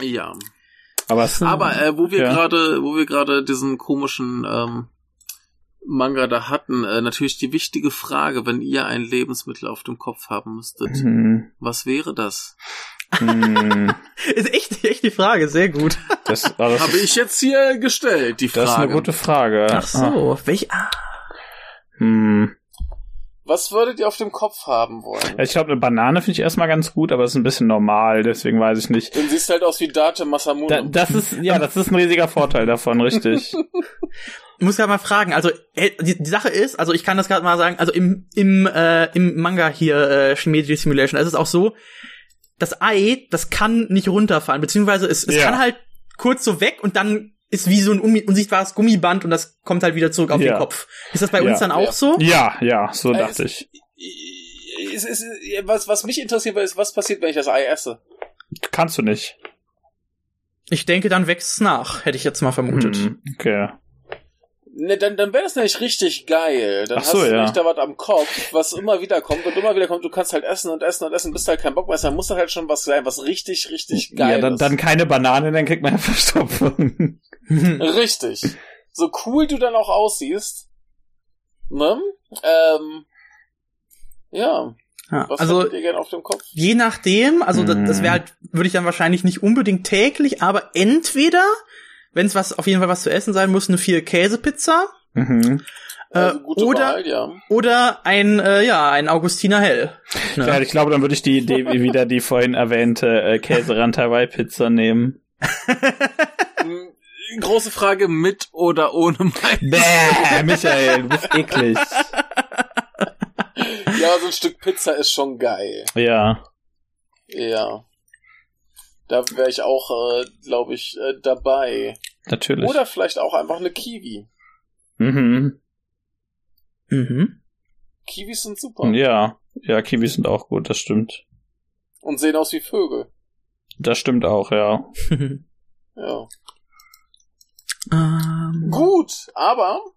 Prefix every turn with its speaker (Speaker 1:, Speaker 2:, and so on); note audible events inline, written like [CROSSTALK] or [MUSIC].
Speaker 1: Ja.
Speaker 2: Aber, es-
Speaker 1: Aber äh, wo wir
Speaker 2: Ja.
Speaker 1: gerade, wo wir gerade diesen komischen ähm, Manga da hatten, äh, natürlich die wichtige Frage, wenn ihr ein Lebensmittel auf dem Kopf haben müsstet,
Speaker 2: Hm,
Speaker 1: was wäre das?
Speaker 2: hm,
Speaker 3: [LAUGHS] Ist echt, echt die Frage, sehr gut.
Speaker 2: das, aber das,
Speaker 1: Habe
Speaker 2: ist,
Speaker 1: ich jetzt hier gestellt, die Frage.
Speaker 2: das ist eine gute Frage.
Speaker 3: Ach so, welch, ah,
Speaker 2: Ah, hm.
Speaker 1: Was würdet ihr auf dem Kopf haben wollen?
Speaker 2: Ich glaube, eine Banane finde ich erstmal ganz gut, aber es ist ein bisschen normal, deswegen weiß ich nicht.
Speaker 1: Dann siehst du halt aus wie Date
Speaker 2: Da,
Speaker 1: Masamune.
Speaker 2: das ist, ja, das ist ein riesiger Vorteil davon, richtig.
Speaker 3: muss ja mal fragen. Also äh, die, die Sache ist, also ich kann das gerade mal sagen. Also im im äh, im Manga hier äh, Shimeji Simulation, da ist es auch so, das Ei, das kann nicht runterfallen, beziehungsweise es, es
Speaker 2: Ja.
Speaker 3: kann halt kurz so weg und dann ist wie so ein umi- unsichtbares Gummiband und das kommt halt wieder zurück auf
Speaker 2: Ja.
Speaker 3: den Kopf. Ist das bei
Speaker 2: Ja.
Speaker 3: uns dann auch
Speaker 1: Ja.
Speaker 3: so?
Speaker 2: Ja, ja, so
Speaker 1: Äh,
Speaker 2: dachte
Speaker 1: es-
Speaker 2: ich.
Speaker 1: Es ist, was, was mich interessiert, ist, was passiert, wenn ich das Ei esse?
Speaker 2: Kannst du nicht.
Speaker 3: Ich denke, dann wächst es nach, hätte ich jetzt mal vermutet.
Speaker 2: Hm, okay.
Speaker 1: Ne, dann dann wäre das nämlich richtig geil. Dann
Speaker 2: Ach so,
Speaker 1: hast du
Speaker 2: ja.
Speaker 1: nämlich da was am Kopf, was immer wieder kommt und immer wieder kommt. Du kannst halt essen und essen und essen, bist halt kein Bock mehr. Dann muss das halt schon was sein, was richtig, richtig geil
Speaker 2: Ja, dann,
Speaker 1: ist.
Speaker 2: dann keine Banane, dann kriegt man [LAUGHS] ja Verstopfung. Mhm.
Speaker 1: Richtig. So cool du dann auch aussiehst. Ne? Ähm, ja,
Speaker 3: [LAUGHS] Ja.
Speaker 1: was
Speaker 3: Also
Speaker 1: hättet ihr gern auf dem Kopf?
Speaker 3: je nachdem, also das, das
Speaker 2: Mhm.
Speaker 3: wäre halt, würde ich dann wahrscheinlich nicht unbedingt täglich, aber entweder, wenn es was auf jeden Fall was zu essen sein muss, eine vier Käsepizza
Speaker 2: Mhm.
Speaker 3: äh,
Speaker 1: Also gute
Speaker 3: oder
Speaker 1: Wahl, ja.
Speaker 3: oder ein äh, ja ein Augustiner Hell. Ne?
Speaker 2: Ja, ich glaube, dann würde ich die, die wieder die vorhin erwähnte äh, Käserand Hawaii Pizza nehmen.
Speaker 1: Hm, Große Frage, mit oder ohne Mai?
Speaker 2: Bäh, Michael, du bist eklig.
Speaker 1: Ja, so ein Stück Pizza ist schon geil.
Speaker 2: Ja.
Speaker 1: Ja. Da wäre ich auch, äh, glaube ich, äh, dabei.
Speaker 2: Natürlich.
Speaker 1: Oder vielleicht auch einfach eine Kiwi.
Speaker 2: mhm.
Speaker 3: Mhm.
Speaker 1: Kiwis sind super.
Speaker 2: Ja. Ja, Kiwis sind auch gut, das stimmt.
Speaker 1: Und sehen aus wie Vögel.
Speaker 2: Das stimmt auch, ja.
Speaker 1: Ja.
Speaker 3: ähm,
Speaker 1: Gut, aber